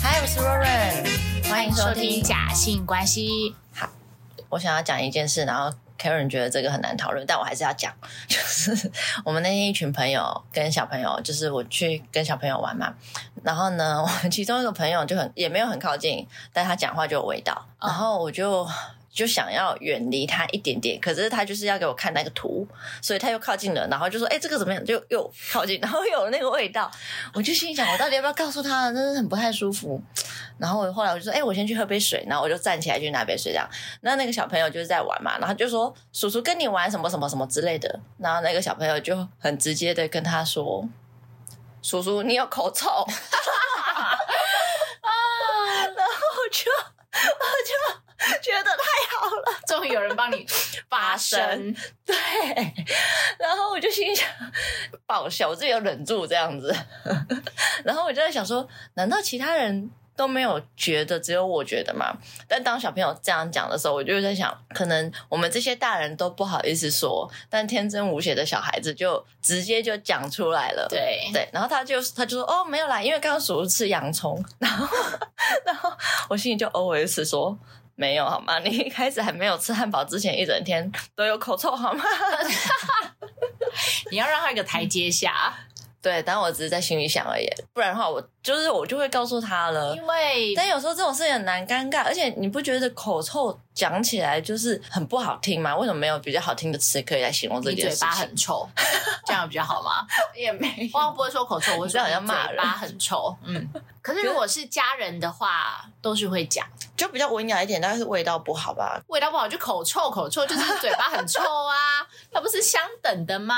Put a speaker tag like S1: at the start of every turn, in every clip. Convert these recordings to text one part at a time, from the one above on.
S1: 们，
S2: 欢迎收听假性关系。
S1: 我想要讲一件事，然后 Karen 觉得这个很难讨论，但我还是要讲。 就是我们那天一群朋友跟小朋友，就是我去跟小朋友玩嘛，然后呢， 我其中一个朋友就很也没有很靠近，但他讲话就有味道，
S2: 嗯
S1: 然后我就。就想要远离他一点点，可是他就是要给我看那个图，所以他又靠近了，然后就说：“哎、这个怎么样？”就又靠近，然后又有那个味道，我就心里想，我到底要不要告诉他？真的很不太舒服。然后我后来我就说：“哎、我先去喝杯水。”然后我就站起来去拿杯水，这样。那那个小朋友就是在玩嘛，然后就说叔叔跟你玩什么什么什么之类的，然后那个小朋友就很直接的跟他说：“叔叔，你有口臭。” 啊，然后我就我就觉得太好了，
S2: 终于有人帮你发声，
S1: 对，然后我就心想爆笑，我自己有忍住这样子， 然后我就在想说，难道其他人？都没有觉得，只有我觉得嘛。但当小朋友这样讲的时候，我就在想，可能我们这些大人都不好意思说，但天真无邪的小孩子就直接就讲出来了。
S2: 对，
S1: 对，然后他就他就说哦没有啦，因为刚刚叔叔吃洋葱， 然后然后我心里就 OS 说。没有好吗？你一开始还没有吃汉堡之前，一整天都有口臭好吗？
S2: 你要让他有个台阶下，
S1: 对，但我只是在心里想而已，不然的话我就是我就会告诉他了。
S2: 因为
S1: 但有时候这种事情很难尴尬，而且你不觉得口臭讲起来就是很不好听吗？为什么没有比较好听的词可以来形容这
S2: 你
S1: 件
S2: 嘴
S1: 事情？
S2: 巴很臭，这样比较好 吗？
S1: 也没
S2: 我好像不会说口臭，我会说
S1: 这样好
S2: 你
S1: 像骂
S2: 嘴
S1: 人
S2: 巴很臭。嗯，可是如果是家人的话，都是会讲。
S1: 就比较文雅一点，但是味道不好吧？
S2: 味道不好就口臭，口臭就是嘴巴很臭 啊，那不是相等的吗？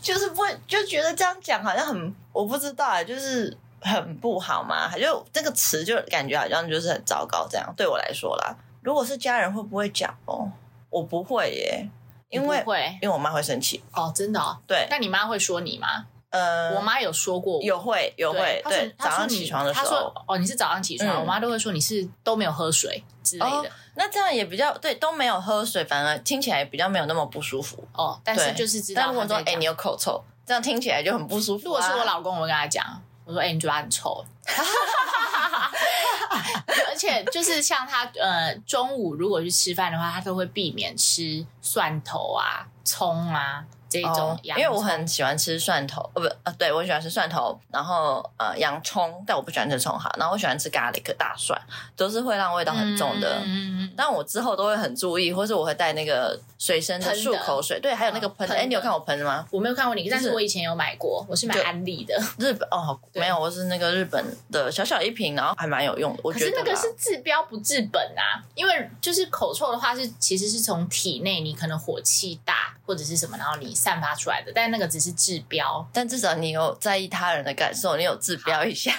S1: 就是不会就觉得这样讲好像很，我不知道啊，就是很不好嘛，就这个词就感觉好像就是很糟糕这样。对我来说啦，如果是家人会不会讲哦？我不会耶，因为
S2: 你不会
S1: 因为我妈会生气。
S2: 哦，真的哦。
S1: 对，
S2: 那你妈会说你吗？
S1: 呃，
S2: 我妈有说过我，
S1: 有会有会
S2: 对，，她
S1: 对
S2: 说，
S1: 早
S2: 她说
S1: 上
S2: 你
S1: 起床的时
S2: 她
S1: 候，
S2: 说哦，你是早上起床，
S1: 嗯
S2: 我妈都会说你是都没有喝水之类的
S1: 那这样也比较对，都没有喝水，反而听起来比较没有那么不舒服。
S2: 哦但是
S1: 对
S2: 就是知
S1: 但
S2: 道
S1: 如果
S2: 她
S1: 说
S2: 在
S1: 哎、
S2: 讲。
S1: 你有口臭，这样听起来就很不舒
S2: 如
S1: 服、啊。
S2: 果是我老公，我会跟他讲，我说哎、你嘴巴很臭。 而且就是像他呃，中午如果去吃饭的话，他都会避免吃蒜头啊、葱啊这种
S1: 哦因
S2: 洋葱、
S1: 为我很喜欢吃蒜头，呃不呃，对我喜欢吃蒜头，然后呃洋葱，但我不喜欢吃葱哈，然后我喜欢吃咖喱克大蒜，都是会让味道很重的。
S2: 嗯嗯嗯
S1: 但我之后都会很注意，或是我会带那个随身的
S2: 喷的嗯
S1: 漱口水，对，还有那个喷的。
S2: 喷
S1: 哎、
S2: 的
S1: 你有看我喷的吗？
S2: 我没有看过你，但是
S1: 就是
S2: 我以前有买过，我是买
S1: 对
S2: 安利的。
S1: 日本哦，好
S2: 对
S1: 没有，我是那个日本的小小一瓶，然后还蛮有用的，我
S2: 可
S1: 觉
S2: 是
S1: 得啦。
S2: 那个是治标不治本啊，因为就是口臭的话是其实是从体内你可能火气大或者是什么，然后你散发出来的，但那个只是治标。
S1: 但至少你有在意他人的感受，你有治 标一下。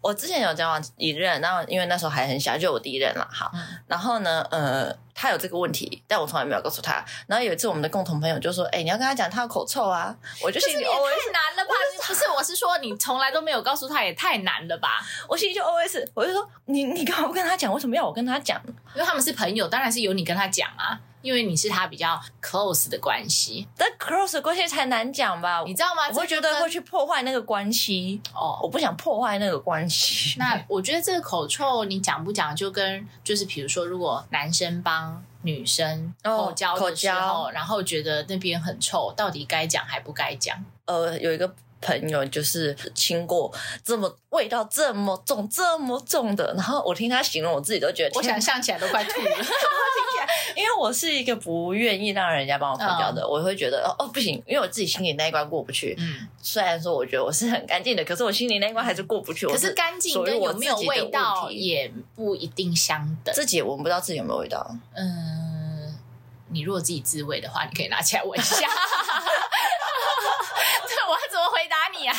S1: 我之前有交往一任，然后因为那时候还很小，就我第一任啦，好，
S2: 嗯
S1: 然后呢，呃，他有这个问题，但我从来没有告诉他。然后有一次，我们的共同朋友就说：“哎、你要跟他讲他有口臭啊。”我就
S2: 这
S1: 心
S2: 是
S1: 里
S2: 也太
S1: OS，
S2: 难了吧？你不是，我是说你从来都没有告诉他，也太难了吧？
S1: 我心里就 OS，我就说：“你你干嘛不跟他讲？为什么要我跟他讲？
S2: 因为他们是朋友，当然是由你跟他讲啊，因为你是他比较 close 的关系，
S1: 但 cross 的关系才难讲吧？
S2: 你知道吗？
S1: 我会
S2: 这
S1: 觉
S2: 就
S1: 得
S2: 跟
S1: 会去破坏那个关系，
S2: 哦，
S1: 我不想破坏那个关系。
S2: 那我觉得这个口臭你讲不讲，就跟就是比如说，如果男生帮女生
S1: 哦
S2: 口交
S1: 口
S2: 的时候，
S1: 交
S2: 然后觉得那边很臭，到底该讲还不该讲？
S1: 呃，有一个朋友就是亲过这么味道这么重、这么重的，然后我听他形容，我自己都觉得
S2: 我
S1: 天
S2: 想象起来都快吐了。
S1: 因为我是一个不愿意让人家帮我口交的，我会觉得哦哦不行，因为我自己心里那一关过不去。
S2: 嗯，
S1: 虽然说我觉得我是很干净的，可是我心里那一关还是过不去。
S2: 可
S1: 我
S2: 是干净
S1: 属于
S2: 跟
S1: 我
S2: 有没有
S1: 自己的
S2: 味
S1: 问
S2: 道
S1: 题
S2: 也不一定相等。
S1: 自己也闻不到自己有没有味道，
S2: 嗯，你如果自己自慰的话，你可以拿起来闻一 下。 对，我要怎么回答你 啊？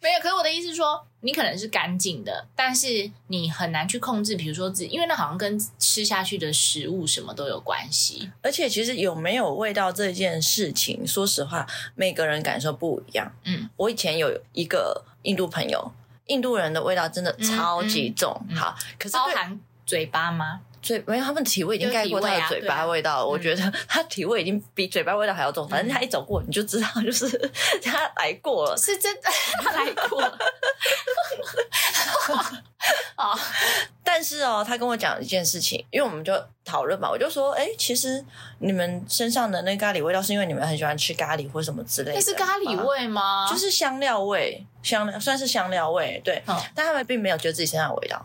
S2: 没有，可是我的意思是说，你可能是干净的，但是你很难去控制，比如说自己，因为那好像跟吃下去的食物什么都有关系。
S1: 而且其实有没有味道这件事情，说实话，每个人感受不一样。
S2: 嗯，
S1: 我以前有一个印度朋友，印度人的味道真的超级重。
S2: 嗯嗯
S1: 好，可是
S2: 包
S1: 对
S2: 含嘴巴吗？
S1: 嘴没有，他们体味已经盖过他
S2: 啊
S1: 的嘴巴味道了。
S2: 嗯
S1: 我觉得 他体味已经比嘴巴味道还要重。反正他一走过，你就知道， 就是他来过了。
S2: 是真的来过，啊，
S1: 但是哦，他跟我讲一件事情，因为我们就讨论嘛，我就说，哎，其实你们身上的那咖喱味道，是因为你们很喜欢吃咖喱或什么之类的，
S2: 那是咖喱
S1: 吧，
S2: 味吗？
S1: 就，是香料味，香料算是香料味，对。
S2: 嗯
S1: 但他们并没有觉得自己身上有味道。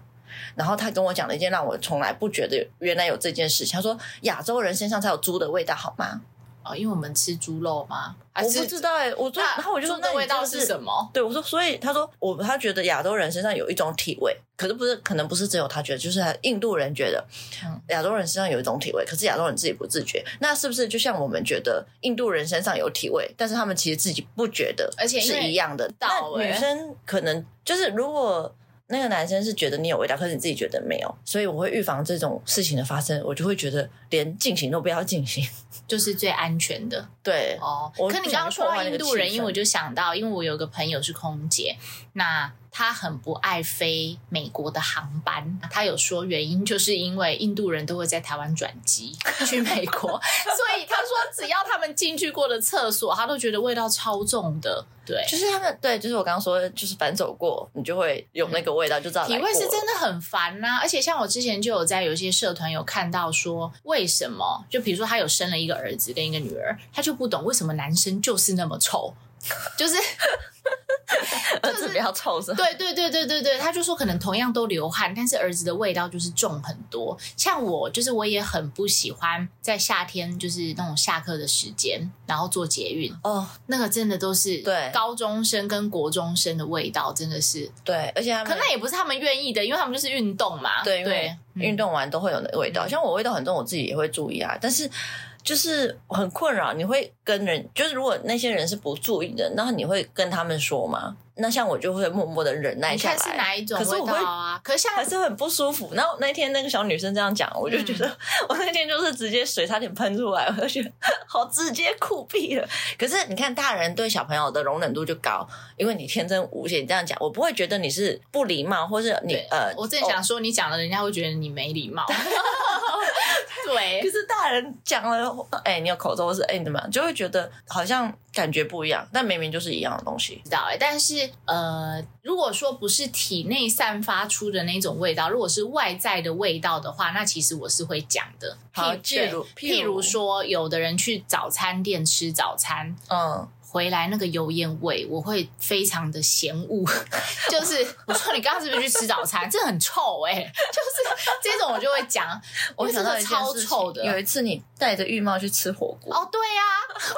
S1: 然后他跟我讲了一件让我从来不觉得原来有这件事情，他说亚洲人身上才有猪的味道，好吗？
S2: 哦，因为我们吃猪肉吗？还
S1: 我
S2: 啊是
S1: 不知道哎、我说，
S2: 那
S1: 然后我就说
S2: 猪
S1: 那
S2: 的
S1: 你
S2: 味道
S1: 这个
S2: 是什么？
S1: 对，我说，所以他说我他觉得亚洲人身上有一种体味，可是不是可能不是只有他觉得，就是印度人觉得
S2: 嗯
S1: 亚洲人身上有一种体味，可是亚洲人自己不自觉，那是不是就像我们觉得印度人身上有体味，但是他们其实自己不觉得，
S2: 而且因
S1: 是
S2: 为
S1: 一样的。
S2: 道
S1: 那
S2: 欸
S1: 女生可能就是如果。那个男生是觉得你有味道，可是你自己觉得没有，所以我会预防这种事情的发生，我就会觉得连进行都不要进行。
S2: 就是最安全的
S1: 对，
S2: 哦。
S1: 我
S2: 可你
S1: 不
S2: 刚
S1: 想
S2: 刚
S1: 去
S2: 说
S1: 破
S2: 到
S1: 坏那
S2: 印
S1: 个
S2: 度人，
S1: 气
S2: 因为
S1: 氛
S2: 我就想到，因为我有个朋友是空姐，那她很不爱飞美国的航班。她有说原因就是因为印度人都会在台湾转机去美国， 所以她说只要他们进去过的厕所，她都觉得味道超重的。对，
S1: 就是他们对，就是我刚刚说，就是反走过，你就会有那个味道，就知道
S2: 体
S1: 来
S2: 味
S1: 过
S2: 是
S1: 了
S2: 真的很烦呐、而且像我之前就有在有一些社团有看到说，为什么就比如说他有生了一个儿子跟一个女儿，他就不懂为什么男生就是那么臭， 就是
S1: 儿子比较臭是吧？
S2: 对对对对对对，他就说可能同样都流汗，但是儿子的味道就是重很多。像我就是我也很不喜欢在夏天就是那种下课的时间，然后做捷运，
S1: 哦，
S2: 那个真的都是
S1: 对
S2: 高中生跟国中生的味道，真的是
S1: 对，而且他
S2: 可
S1: 们
S2: 能也不是他们愿意的，因为他们就是运动嘛。
S1: 嗯对因
S2: 对
S1: 为，
S2: 嗯
S1: 运动完都会有那个味道，像我味道很重，我自己也会注意啊，但是。就是很困扰，你会跟人，就是如果那些人是不注意的，那你会跟他们说吗？那像我就会默默的忍耐
S2: 你
S1: 下
S2: 看是
S1: 来，
S2: 哪一种
S1: 可是
S2: 味
S1: 我
S2: 道啊？可是像
S1: 还是很不舒服。然后那天那个小女生这样讲，我就觉得、
S2: 嗯
S1: 我那天就是直接水差点喷出来，我就觉得好直接酷毙了。可是你看，大人对小朋友的容忍度就高，因为你天真无邪，你这样讲，我不会觉得你是不礼貌，或是你
S2: 对
S1: 呃，
S2: 我正想说，你讲了，人家会觉得你没礼 貌。对
S1: 可，是大人讲了，哎、你有口臭，或是哎、你怎么样，就会觉得好像感觉不一样，但明明就是一样的东西。
S2: 知道哎、但是呃，如果说不是体内散发出的那种味道，如果是外在的味道的话，那其实我是会讲的。
S1: 好
S2: 譬对
S1: 譬如
S2: 譬
S1: 譬
S2: 如
S1: 如
S2: 说，有的人去早餐店吃早餐。
S1: 嗯，
S2: 回来那个油烟味，我会非常的嫌恶， 就是我说你刚刚是不是去吃早餐？这很臭哎、 就是这种我就会讲，
S1: 我
S2: 因为
S1: 想
S2: 这
S1: 到
S2: 个
S1: 一件
S2: 超
S1: 事情，
S2: 臭的
S1: 有一次你戴着浴帽去吃火锅，
S2: 哦，对呀、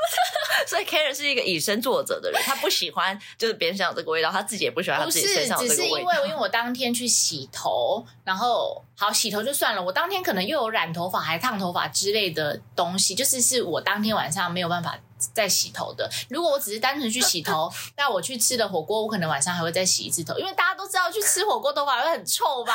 S1: 所以 Karen 是一个以身作则的人，他不喜欢就是别人身上有这个味道，他自己也不喜欢他
S2: 不
S1: 自
S2: 是，
S1: 己身上有
S2: 只
S1: 这
S2: 是
S1: 个
S2: 因为
S1: 味
S2: 因
S1: 道。
S2: 为我当天去洗头，然后好洗头就算了，我当天可能又有染头发、还烫头发之类的东西，就是是我当天晚上没有办法再洗头的。如果我只是单纯去洗 头，那我去吃了火锅，我可能晚上还会再洗一次头，因为大家都知道去吃火锅头发会很臭 吧？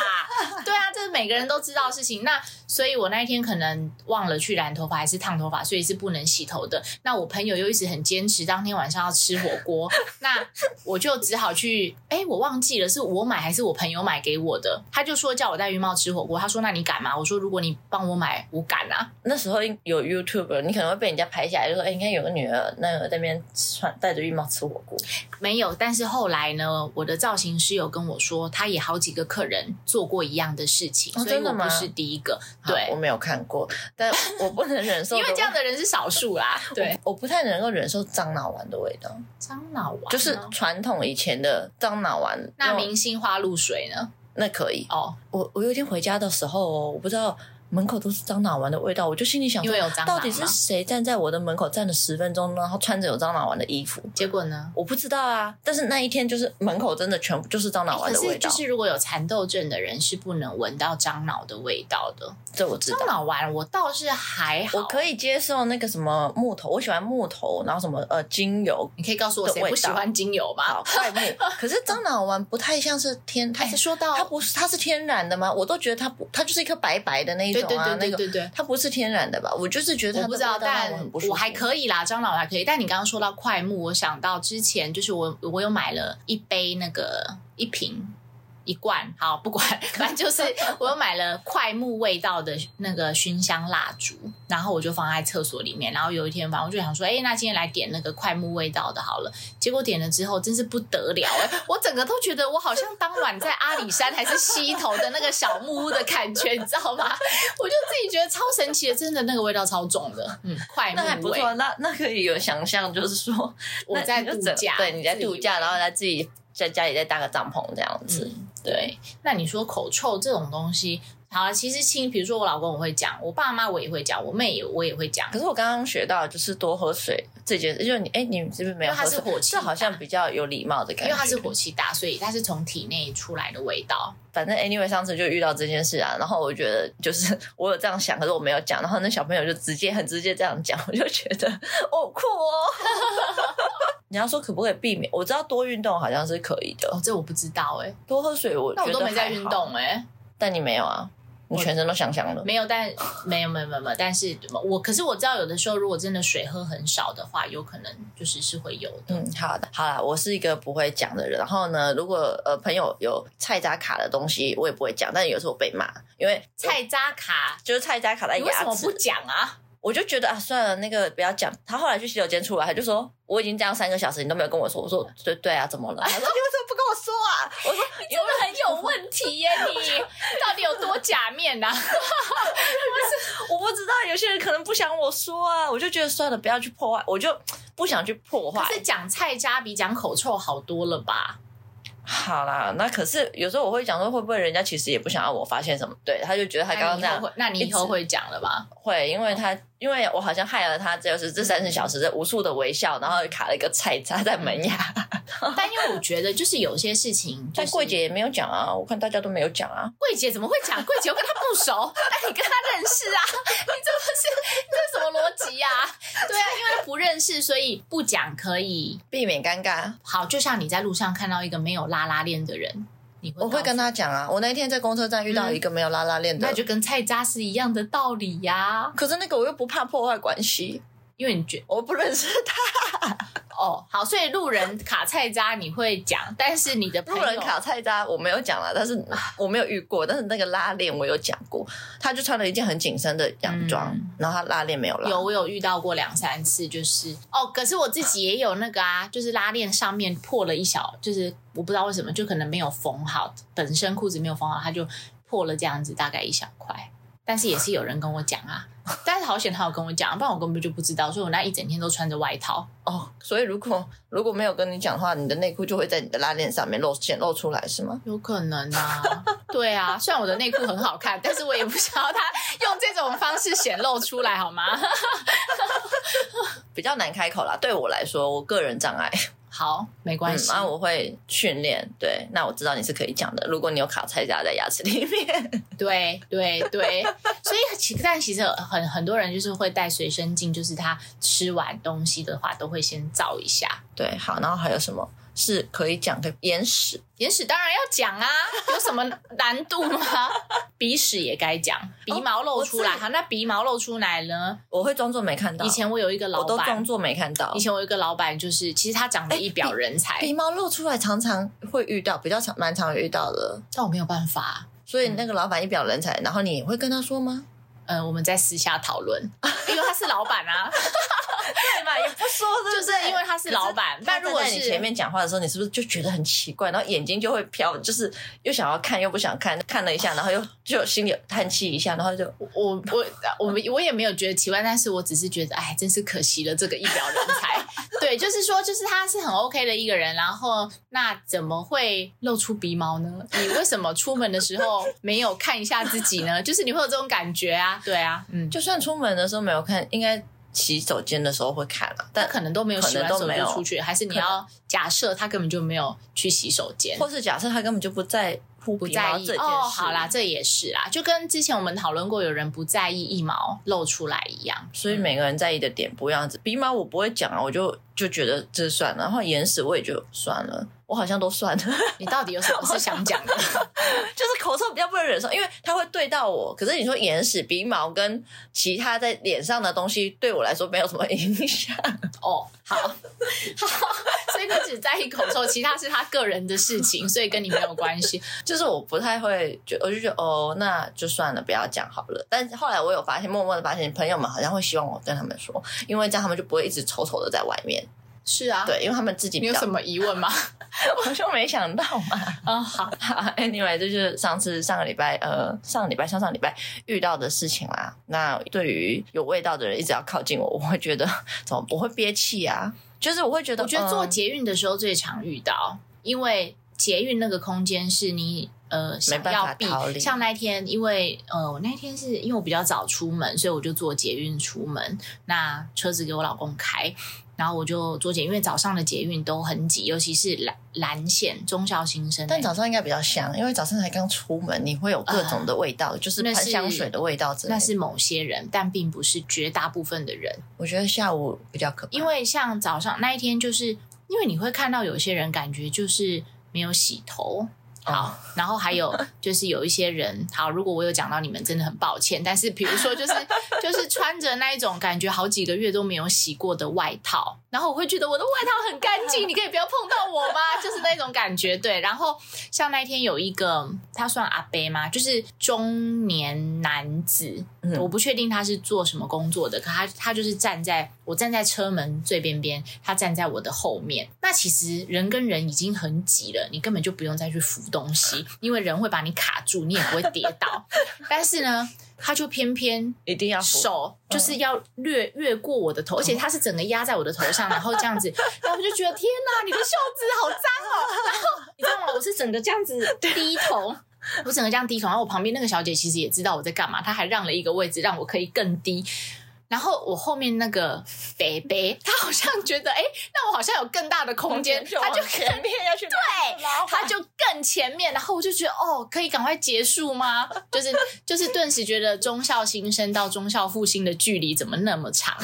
S2: 对啊，这是每个人都知道的事情。那所以我那一天可能忘了去染头发还是烫头发，所以是不能洗头的。那我朋友又一直很坚持当天晚上要吃火锅，那我就只好去，哎，我忘记了是我买还是我朋友买给我的。他就说叫我戴浴帽吃火锅，他说那你敢吗？我说如果你帮我买，我敢啊。
S1: 那时候有 YouTube，你可能会被人家拍下来，就说：“哎、你看有个女儿那个在那边穿戴着浴帽吃火锅。
S2: 没有，但是后来呢，我的造型师有跟我说，他也好几个客人做过一样的事情，
S1: 哦
S2: 所以
S1: 真的
S2: 我
S1: 吗
S2: 不是第一个。
S1: 好”我
S2: 对，
S1: 没有看过，但我不能忍受，
S2: 因为这样。的人是少数 啦。对，
S1: 我不太能够忍受樟脑丸的味道，
S2: 樟脑丸
S1: 就是
S2: 呢
S1: 传统以前的樟脑丸。
S2: 那
S1: 种
S2: 明星花露水呢？
S1: 那可以。
S2: 哦，
S1: 我我有一天回家的时候哦，我不知道门口都是樟脑丸的味道，我就心里想
S2: 因
S1: 说
S2: 为，有蟑螂
S1: 到底是
S2: 嘛
S1: 谁站在我的门口站了十分钟，然后穿着有樟脑丸的衣服？
S2: 结果呢？
S1: 我不知道啊，但是那一天就是门口真的全部就是樟脑丸
S2: 可
S1: 的
S2: 是
S1: 味道，
S2: 就是如果有蚕豆症的人是不能闻到樟脑的味道的。
S1: 这我知
S2: 樟
S1: 道。
S2: 脑丸我倒是还好，
S1: 我可以接受那个什么木头，我喜欢木头，然后什么呃精油，
S2: 你可以告诉我
S1: 的
S2: 谁
S1: 味
S2: 不喜
S1: 道
S2: 欢精油吧
S1: 好？快 木。可是樟脑丸不太像是天，它
S2: 哎，
S1: 是、
S2: 说
S1: 它
S2: 到
S1: 不是它是天然的吗？我都觉得它不，它就是一颗白白的那一
S2: 对
S1: 种
S2: 对
S1: 啊，
S2: 对对
S1: 那个
S2: 对对。
S1: 它不是天然的吧？我就是觉得
S2: 我
S1: 它
S2: 不
S1: 的
S2: 知道，
S1: 味道让
S2: 但
S1: 我很不舒服。
S2: 我还可以啦，樟脑丸还可以。但你刚刚说到快木，我想到之前就是我我有买了一杯那个一瓶一罐，好不管， 反正就是我又买了快木味道的那个熏香蜡烛，然后我就放在厕所里面。然后有一天，反正我就想说，哎、那今天来点那个快木味道的好了。结果点了之后，真是不得了 哎、我整个都觉得我好像当晚在阿里山还是溪头的那个小木屋的感觉，你知道 吗？我就自己觉得超神奇的，真的那个味道超重的，嗯，快木
S1: 那还不
S2: 味。
S1: 错，那那可以有想象，就是说
S2: 我
S1: 那
S2: 在
S1: 你就
S2: 度
S1: 整
S2: 假，
S1: 对，你在度假，
S2: 自己玩
S1: 然后在自己在家里再搭个帐篷这样子，
S2: 嗯，
S1: 对，
S2: 对。那你说口臭这种东西，好啊，其实亲，比如说我老公我会讲，我爸妈我也会讲，我妹也我也会讲
S1: 可，是我刚刚学到，就是多喝水这件事，就是你哎、你是不是没有
S2: 因为
S1: 喝
S2: 它是
S1: 水？
S2: 火气
S1: 这好像比较有礼貌的感
S2: 因
S1: 觉。
S2: 为它是火气大，所以它是从体内出来的味道。
S1: 反正 anyway 上次就遇到这件事啊，然后我觉得就是我有这样想，可是我没有讲，然后那小朋友就直接很直接这样讲，我 就觉得哦 酷哦。你要说可不可以避免？我知道多运动好像是可以的，
S2: 哦，这我不知道哎、
S1: 多喝水我
S2: 那
S1: 觉
S2: 我
S1: 得
S2: 都没在
S1: 还好
S2: 运，动哎、
S1: 但你没有啊，你
S2: 我
S1: 全身都香香的。
S2: 没有，但没有没有没有没有，但是我可是我知道，有的时候如果真的水喝很少的话，有可能就是是会有的。
S1: 嗯，好的，好啦，我是一个不会讲的人。然后呢，如果呃朋友有菜渣卡的东西，我也不会讲，但有时候我被骂，因为
S2: 菜渣卡，
S1: 就是菜渣卡在
S2: 你为什
S1: 牙
S2: 么不
S1: 齿，
S2: 讲 啊？
S1: 我就觉得啊，算了，那个不要讲。他后来去洗手间出来，他就说我已经这样三个小时，你都没有跟我说。我说对对啊，怎么了？他说你为什么不跟我说啊？我说
S2: 你真的很有问题 耶、你到底有多假面呐、啊？
S1: 我不知道，有些人可能不想我说啊，我就觉得算了，不要去破坏，我就不想去破坏
S2: 可。是讲菜渣比讲口臭好多了吧？
S1: 好啦，那可是有时候我会讲说，会不会人家其实也不想要我发现什么？对，他就觉得他刚
S2: 那你以后
S1: 刚那样
S2: 会，那你以后
S1: 一直
S2: 会讲了 吧？
S1: 会，因为他因为我好像害了他，就是这三十小时的无数的微笑，然后卡了一个菜渣在门牙。
S2: 但因为我觉得就是有些事情、就
S1: 但
S2: 是，
S1: 柜姐也没有讲啊，我看大家都没有讲啊。
S2: 柜姐怎么会讲？柜姐我跟她不熟， 但你跟她认识啊？ 你这不是这是什么逻辑啊？对啊，因为不认识，所以不讲可以。
S1: 避免尴尬，啊
S2: 好，就像你在路上看到一个没有拉拉链的人，你会
S1: 我会跟
S2: 他，
S1: 他讲啊。我那天在公车站遇到一个没有拉拉链的，
S2: 那就跟菜渣是一样的道理呀、
S1: 可是那个我又不怕破坏关系，
S2: 因为你觉
S1: 我不认识他。
S2: 哦好，所以路人卡菜渣你会讲，但是你的朋
S1: 路
S2: 友
S1: 人卡菜渣我没有讲啦，但是我没有遇过，但是那个拉链我有讲过。他就穿了一件很紧身的洋装，
S2: 嗯
S1: 然后他拉链没有拉。
S2: 有，我有遇到过两三次，就是哦，可是我自己也有那个啊，就是拉链上面破了一小，就是我不知道为什么，就可能没有缝好，本身裤子没有缝好，它就破了这样子，大概一小块。但是也是有人跟我讲啊，但是好险他有跟我讲，不然我根本就不知道，所以我那一整天都穿着外套。
S1: 哦，所以如果如果没有跟你讲的话，你的内裤就会在你的拉链上面露显露出来，是吗？
S2: 有可能啊，对啊，虽然我的内裤很好看，但是我也不想要它用这种方式显露出来，好吗？
S1: 比较难开口啦。对我来说，我个人障碍，
S2: 好，没关
S1: 嗯，
S2: 系。
S1: 然后我会训练。对，那我知道你是可以讲的。如果你有卡菜夹在牙齿里面，
S2: 对对对，所以其但其实很很多人就是会带随身镜，就是他吃完东西的话都会先照一下。
S1: 对，好，然后还有什么是可以讲的？眼屎，
S2: 眼屎当然要讲啊，有什么难度吗？鼻屎也该讲，鼻毛露出来。
S1: 哦我知
S2: 好，那鼻毛露出来呢？
S1: 我会装作没看到。
S2: 以前我有一个
S1: 我
S2: 老
S1: 都装
S2: 板，
S1: 作没看到
S2: 以。前我有一个老板，就是其实他长得一表人才，
S1: 鼻毛露出来常常会遇到，比较常蛮常遇到的。
S2: 但我没有办法。
S1: 所以那个老板一表人才，然后你会跟他说吗？
S2: 嗯，我们在私下讨论，因为他是老板啊，
S1: 对嘛，也不说，
S2: 就是因为他是老板。
S1: 但
S2: 但
S1: 如
S2: 如
S1: 果
S2: 果
S1: 在你
S2: 是
S1: 前面讲话的时候，你是不是就觉得很奇怪，然后眼睛就会飘，就是又想要看又不想看，看了一下，然后又就心里叹气一下，然后就
S2: 我我我我们我也没有觉得奇怪，但是我只是觉得，哎，真是可惜了这个一表人才。对，就是说，就是他是很 OK 的一个人，然后那怎么会露出鼻毛呢？你为什么出门的时候没有看一下自己呢？就是你会有这种感觉啊，对啊，嗯，
S1: 就算出门的时候没有看，应该洗手间的时候会看了、
S2: 他
S1: 但
S2: 可能都没有洗完
S1: 可
S2: 手
S1: 能都没
S2: 就
S1: 有
S2: 出去，还是你
S1: 可能
S2: 要假设他根本就没有去洗手间，
S1: 或是假设他根本就不在乎
S2: 不
S1: 鼻
S2: 在
S1: 毛
S2: 意
S1: 这件事。
S2: 哦，好啦，，这也是啦，就跟之前我们讨论过有人不在意一毛露出来一样，
S1: 所以每个人在意的
S2: 嗯
S1: 点不一样。鼻毛我不会讲啊，我就就觉得这算了，然后眼屎我也就算了。我好像都算了，
S2: 你到底有什么是想讲的？
S1: 就是口臭比较不能忍受，因为它会对到我。可是你说眼屎、鼻毛跟其他在脸上的东西，对我来说没有什么影响。
S2: 哦，好， 好，所以你只在意口臭，其他是他个人的事情，所以跟你没有关系。
S1: 就是我不太会觉，我就觉得哦，那就算了，不要讲好了。但是后来我有发现，默默的发现，朋友们好像会希望我跟他们说，因为这样他们就不会一直丑丑的在外面。
S2: 是啊，，
S1: 对，因为他们自己
S2: 你
S1: 比
S2: 有
S1: 较
S2: 什，么疑问 吗？
S1: 我就没想到嘛。
S2: 嗯，好，
S1: 好，Anyway，这就是上次上个礼拜，呃，上个礼拜、上上礼拜遇到的事情啦。那对于有味道的人一直要靠近我，我会觉得怎么我会憋气啊？ 就是我会觉得，
S2: 我觉得坐
S1: 嗯
S2: 捷运的时候最常遇到，因为捷运那个空间是你。呃，想
S1: 办
S2: 要
S1: 法
S2: 避
S1: 逃离
S2: 像那一天，因为呃，我那一天是因为我比较早出门，所以我就坐捷运出门。那车子给我老公开，然后我就坐捷运，因为早上的捷运都很挤，尤其是蓝蓝线、中小新生那一
S1: 但早上应该比较香，因为早上才刚出门，你会有各种的味道，就是
S2: 那
S1: 喷
S2: 是
S1: 香水的味道之类的。
S2: 那是某些人，但并不是绝大部分的人。
S1: 我觉得下午比较可怕，
S2: 因为像早上那一天，就是因为你会看到有些人感觉就是没有洗头。好，然后还有就是有一些人，好，如果我有讲到你们，真的很抱歉。但是比如说，就是就是穿着那一种感觉好几个月都没有洗过的外套，然后我会觉得我的外套很干净，你可以不要碰到我吗？就是那种感觉，对。然后像那一天有一个，他算阿伯吗？就是中年男子，
S1: 嗯
S2: 我不确定他是做什么工作的，可他他就是站在我站在车门最边边，他站在我的后面。那其实人跟人已经很挤了，你根本就不用再去扶东西，因为人会把你卡住，你也不会跌倒。但是呢，他就偏偏
S1: 一定要服
S2: 手嗯哦就是要越越过我的头，而且他是整个压在我的头上，然后这 样子，然后我就觉得天哪，你的袖子好脏哦！啊然 后你知道吗？我是整个这样 子低头。我整个这样低头，然后我旁边那个小姐其实也知道我在干嘛，她还让了一个位置让我可以更低。然后我后面那个北北，她好像觉得哎、诶那我好像有更大的空间，她就
S1: 前面要去对，
S2: 他就更前面，然后我就觉得哦，可以赶快结束吗？ 就是就是，顿时觉得中校新生到中校复兴的距离怎么那么长？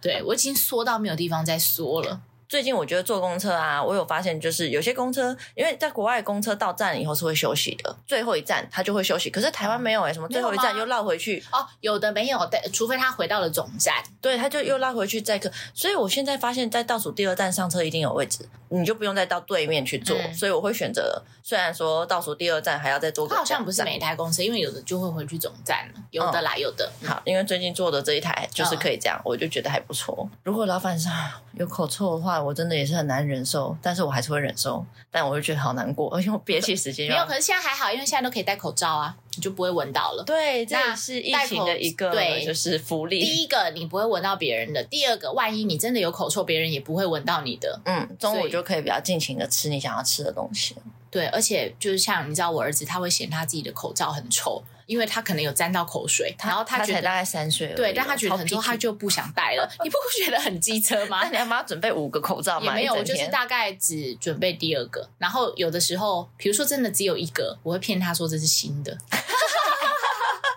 S2: 对我已经缩到没有地方再缩了。
S1: 最近我觉得坐公车啊，我有发现就是有些公车，因为在国外公车到站以后是会休息的，最后一站它就会休息，可是台湾没有哎、什么
S2: 没有
S1: 最
S2: 吗
S1: 后一站又绕回去，
S2: 哦，有的没有的，除非他回到了总站。
S1: 对，它就又绕回去再客，所以我现在发现，在倒数第二站上车一定有位置，你就不用再到对面去坐，
S2: 嗯
S1: 所以我会选择，虽然说倒数第二站还要再多个
S2: 他好像不是
S1: 站
S2: 每台公司，因为有的就会回去总站了，有的啦，有的。
S1: 好，因为最近做的这一台就是
S2: 嗯
S1: 可以这样，我就觉得还不错。如果老板上有口臭的话，我真的也是很难忍受，但是我还是会忍受，但我就觉得好难过，而且我憋气时间又
S2: 没有，
S1: 要
S2: 可是现在还好，因为现在都可以戴口罩啊，你就不会闻到了。
S1: 对，这
S2: 那
S1: 也是疫
S2: 戴
S1: 情
S2: 口
S1: 的一个
S2: 对
S1: 就是福利。
S2: 第一个，你不会闻到别人的；第二个，万一你真的有口臭，别人也不会闻到你的。
S1: 嗯，中
S2: 所
S1: 午
S2: 以
S1: 就可以比较尽情的吃你想要吃的东西。
S2: 对，而且就是像你知道，我儿子他会嫌他自己的口罩很臭，因为他可能有沾到口水，然后
S1: 他
S2: 觉
S1: 才
S2: 得
S1: 大概三岁而已哦，
S2: 对，但他觉得
S1: 超
S2: 很臭，
S1: picky
S2: 他就不想戴了。你不觉得很机车吗
S1: 那？你要帮他准备五个口罩
S2: 也
S1: 吗？
S2: 没有，
S1: 一
S2: 我
S1: 整
S2: 就是
S1: 天
S2: 大概只准备第二个，然后有的时候，比如说真的只有一个，我会骗他说这是新的。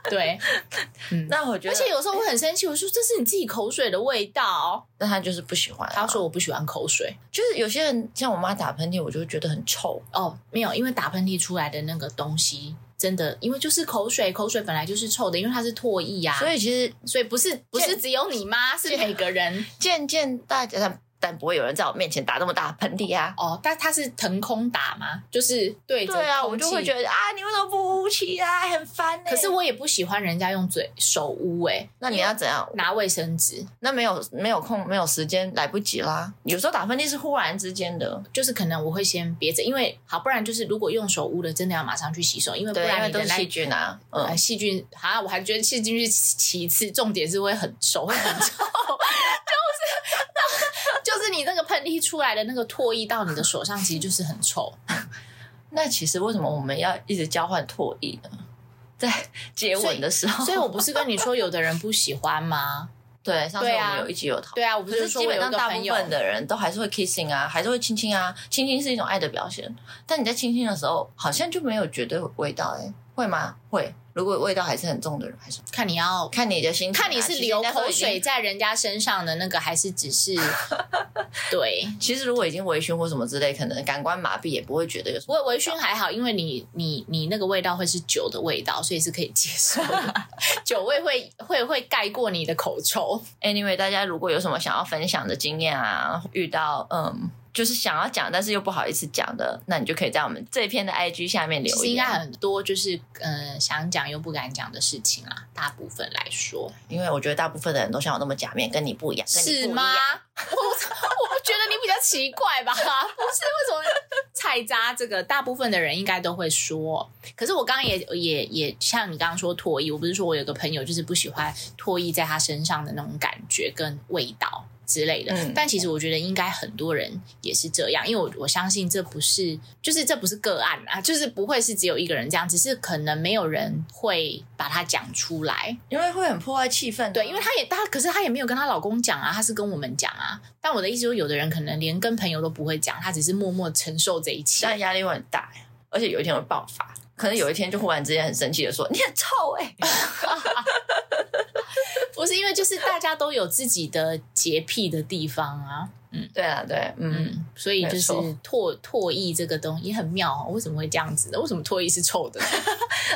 S2: 对，嗯，
S1: 那我觉
S2: 而
S1: 得，
S2: 且有时候我很生气，我说这是你自己口水的味道，
S1: 那他就是不喜欢、啊。
S2: 他说我不喜欢口水。
S1: 就是有些人像我妈打喷嚏，我就会觉得很臭。
S2: 哦，没有，因为打喷嚏出来的那个东西，真的，因为就是口水，口水本来就是臭的，因为它是唾液啊，
S1: 所以其实
S2: 所以不是不是只有你妈，是每个人
S1: 渐渐大家，但但不会有人在我面前打那么大的喷嚏啊。
S2: 哦。但它是腾空打嘛，就是对着
S1: 对啊，我
S2: 空气
S1: 就会觉得啊，你为什么不呼气啊？很烦呢、
S2: 可是我也不喜欢人家用嘴手捂哎、欸
S1: 那你要怎样？
S2: 拿卫生纸，
S1: 那没有没有空，没有时间，来不及啦。有时候打喷嚏是忽然之间的，
S2: 就是可能我会先憋着，因为好，不然就是如果用手捂的，真的要马上去洗手，因为不
S1: 对，因
S2: 然
S1: 为
S2: 你
S1: 都
S2: 的
S1: 是
S2: 那
S1: 细菌啊。
S2: 哎，
S1: 嗯，
S2: 细菌啊，我还觉得细菌是其次，重点是会很手会很臭， 就是就是你那个喷嚏出来的那个唾液到你的手上，其实就是很臭。
S1: 那其实为什么我们要一直交换唾液呢？在 接吻的时候，
S2: 所以我不是跟你说有的人不喜欢吗？
S1: 对上次
S2: 对
S1: 我
S2: 啊
S1: 们有一集有讨论。
S2: 对啊，我不
S1: 可是
S2: 说
S1: 基
S2: 我有
S1: 本上
S2: 一个
S1: 大部
S2: 朋友，
S1: 分的人都还是会 kissing 啊，还是会亲亲啊，亲亲是一种爱的表现。但你在亲亲的时候，好像就没有绝对味道哎、会吗？会。如果味道还是很重的人，还是
S2: 看你要
S1: 看你的心情啊、
S2: 看你是
S1: 其实
S2: 流
S1: 人家都
S2: 口
S1: 已经
S2: 水在人家身上的那个，还是只 是对。
S1: 其实如果已经微醺或什么之类，可能感官麻痹也不会觉得有什么。
S2: 微微醺还好，因为你你你那个味道会是酒的味道，所以是可以接受 的。酒味会会会盖过你的口臭。
S1: Anyway，大家如果有什么想要分享的经验啊，遇到嗯，就是想要讲但是又不好意思讲的，那你就可以在我们这篇的 IG 下面
S2: 其
S1: 留
S2: 实应
S1: 言
S2: 该。很多就是呃想讲又不敢讲的事情啦，大部分来说
S1: 因为我觉得大部分的人都像我那么假面，跟你不一样，跟你不一
S2: 是
S1: 样
S2: 吗？我 我不觉得你比较奇怪吧？不是 为什么菜渣这个大部分的人应该都会说，可是我刚刚也也也像你刚刚说唾液，我不是说我有个朋友就是不喜欢唾液在他身上的那种感觉跟味道。之类的，
S1: 嗯
S2: 但其实我觉得应该很多人也是这样，因为我我相信这不是，就是这不是个案啊，就是不会是只有一个人这样，只是可能没有人会把它讲出来，
S1: 因为会很破坏气氛啊。
S2: 对，因为她也她，可是她也没有跟她老公讲啊，她是跟我们讲啊。但我的意思就是，有的人可能连跟朋友都不会讲，她只是默默承受这一切
S1: 这。样压力会很大，而且有一天会爆发。可能有一天就忽然之间很生气的说：“你很臭哎、
S2: 嗯不是因为就是大家都有自己的洁癖的地方啊，
S1: 对啊，对，嗯，
S2: 嗯，所以就是
S1: 没
S2: 唾唾液这个东西也很妙、哦，为什么会这样子呢？为什么唾液是臭的呢？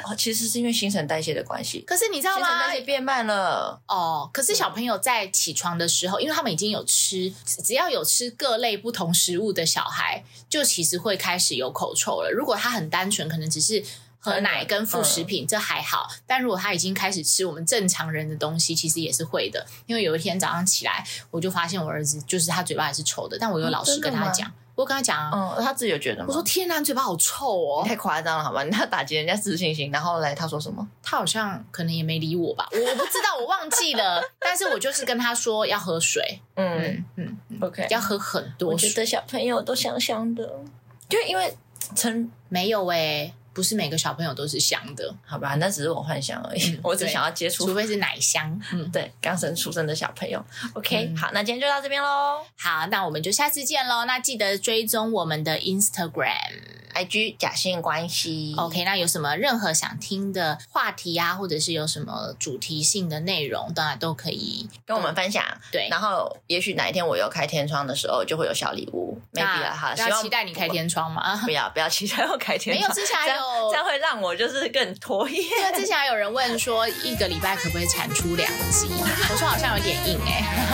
S1: 哦，其实是因为新陈代谢的关系，
S2: 可是你知道
S1: 新陈
S2: 吗
S1: 代？谢变慢了，
S2: 哦，可是小朋友在起床的时候，因为他们已经有吃，只只要有吃各类不同食物的小孩，就其实会开始有口臭了。如果他很单纯，可能只是喝奶跟副食品，这还好；但如果他已经开始吃我们正常人的东西，其实也是会的。因为有一天早上起来，我就发现我儿子就是他嘴巴还是臭的，但我有
S1: 嗯
S2: 老实
S1: 真的
S2: 跟他
S1: 吗
S2: 讲，我有跟他讲啊，
S1: 嗯，他自己有觉得吗？
S2: 我说天呐，你嘴巴好臭哦
S1: 你，太夸张了，好吗？你要打击人家自信心，然后嘞，他说什么？
S2: 他好像可能也没理我吧，我我不知道，我忘记了。但是我就是跟他说要喝水，
S1: 嗯
S2: 嗯嗯。
S1: ，OK，
S2: 要喝很
S1: 我
S2: 多
S1: 觉
S2: 水。
S1: 得小朋友都香香的，就因为成
S2: 没有哎、不是每个小朋友都是香的，
S1: 好吧，那只是我幻想而已， 我只
S2: 嗯对
S1: 想要接
S2: 除
S1: 触
S2: 非是奶香。嗯，
S1: 对刚生出生的小朋友。OK，、
S2: 嗯
S1: 好，那今天就到这边喽。
S2: 好，那我们就下次见喽。那记得追踪我们的 Instagram。
S1: IG 假性关系
S2: OK，那有什么任何想听的话题啊，或者是有什么主题性的内容，当然都可以
S1: 跟我们分享。
S2: 对。
S1: 然后，也许哪一天我有开天窗的时候，就会有小礼物，maybe
S2: 那
S1: 了哈。希
S2: 那
S1: 望
S2: 期待你开天窗嘛。
S1: 不要不要期待我开天
S2: 没
S1: 窗，
S2: 有，之前还
S1: 这样
S2: 有
S1: 这，样会让我就是更 拖延。
S2: 因为之前还有人问说，一个礼拜可不可以产出两集？我说好像有点硬哎、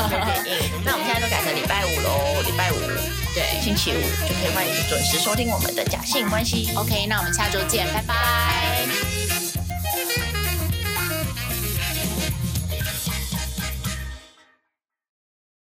S1: 那我们现在都改成礼拜五喽，礼拜五、
S2: 对
S1: 星期五就可以欢迎准时收听我们的假性关系。
S2: ，OK，那我们下周见，拜拜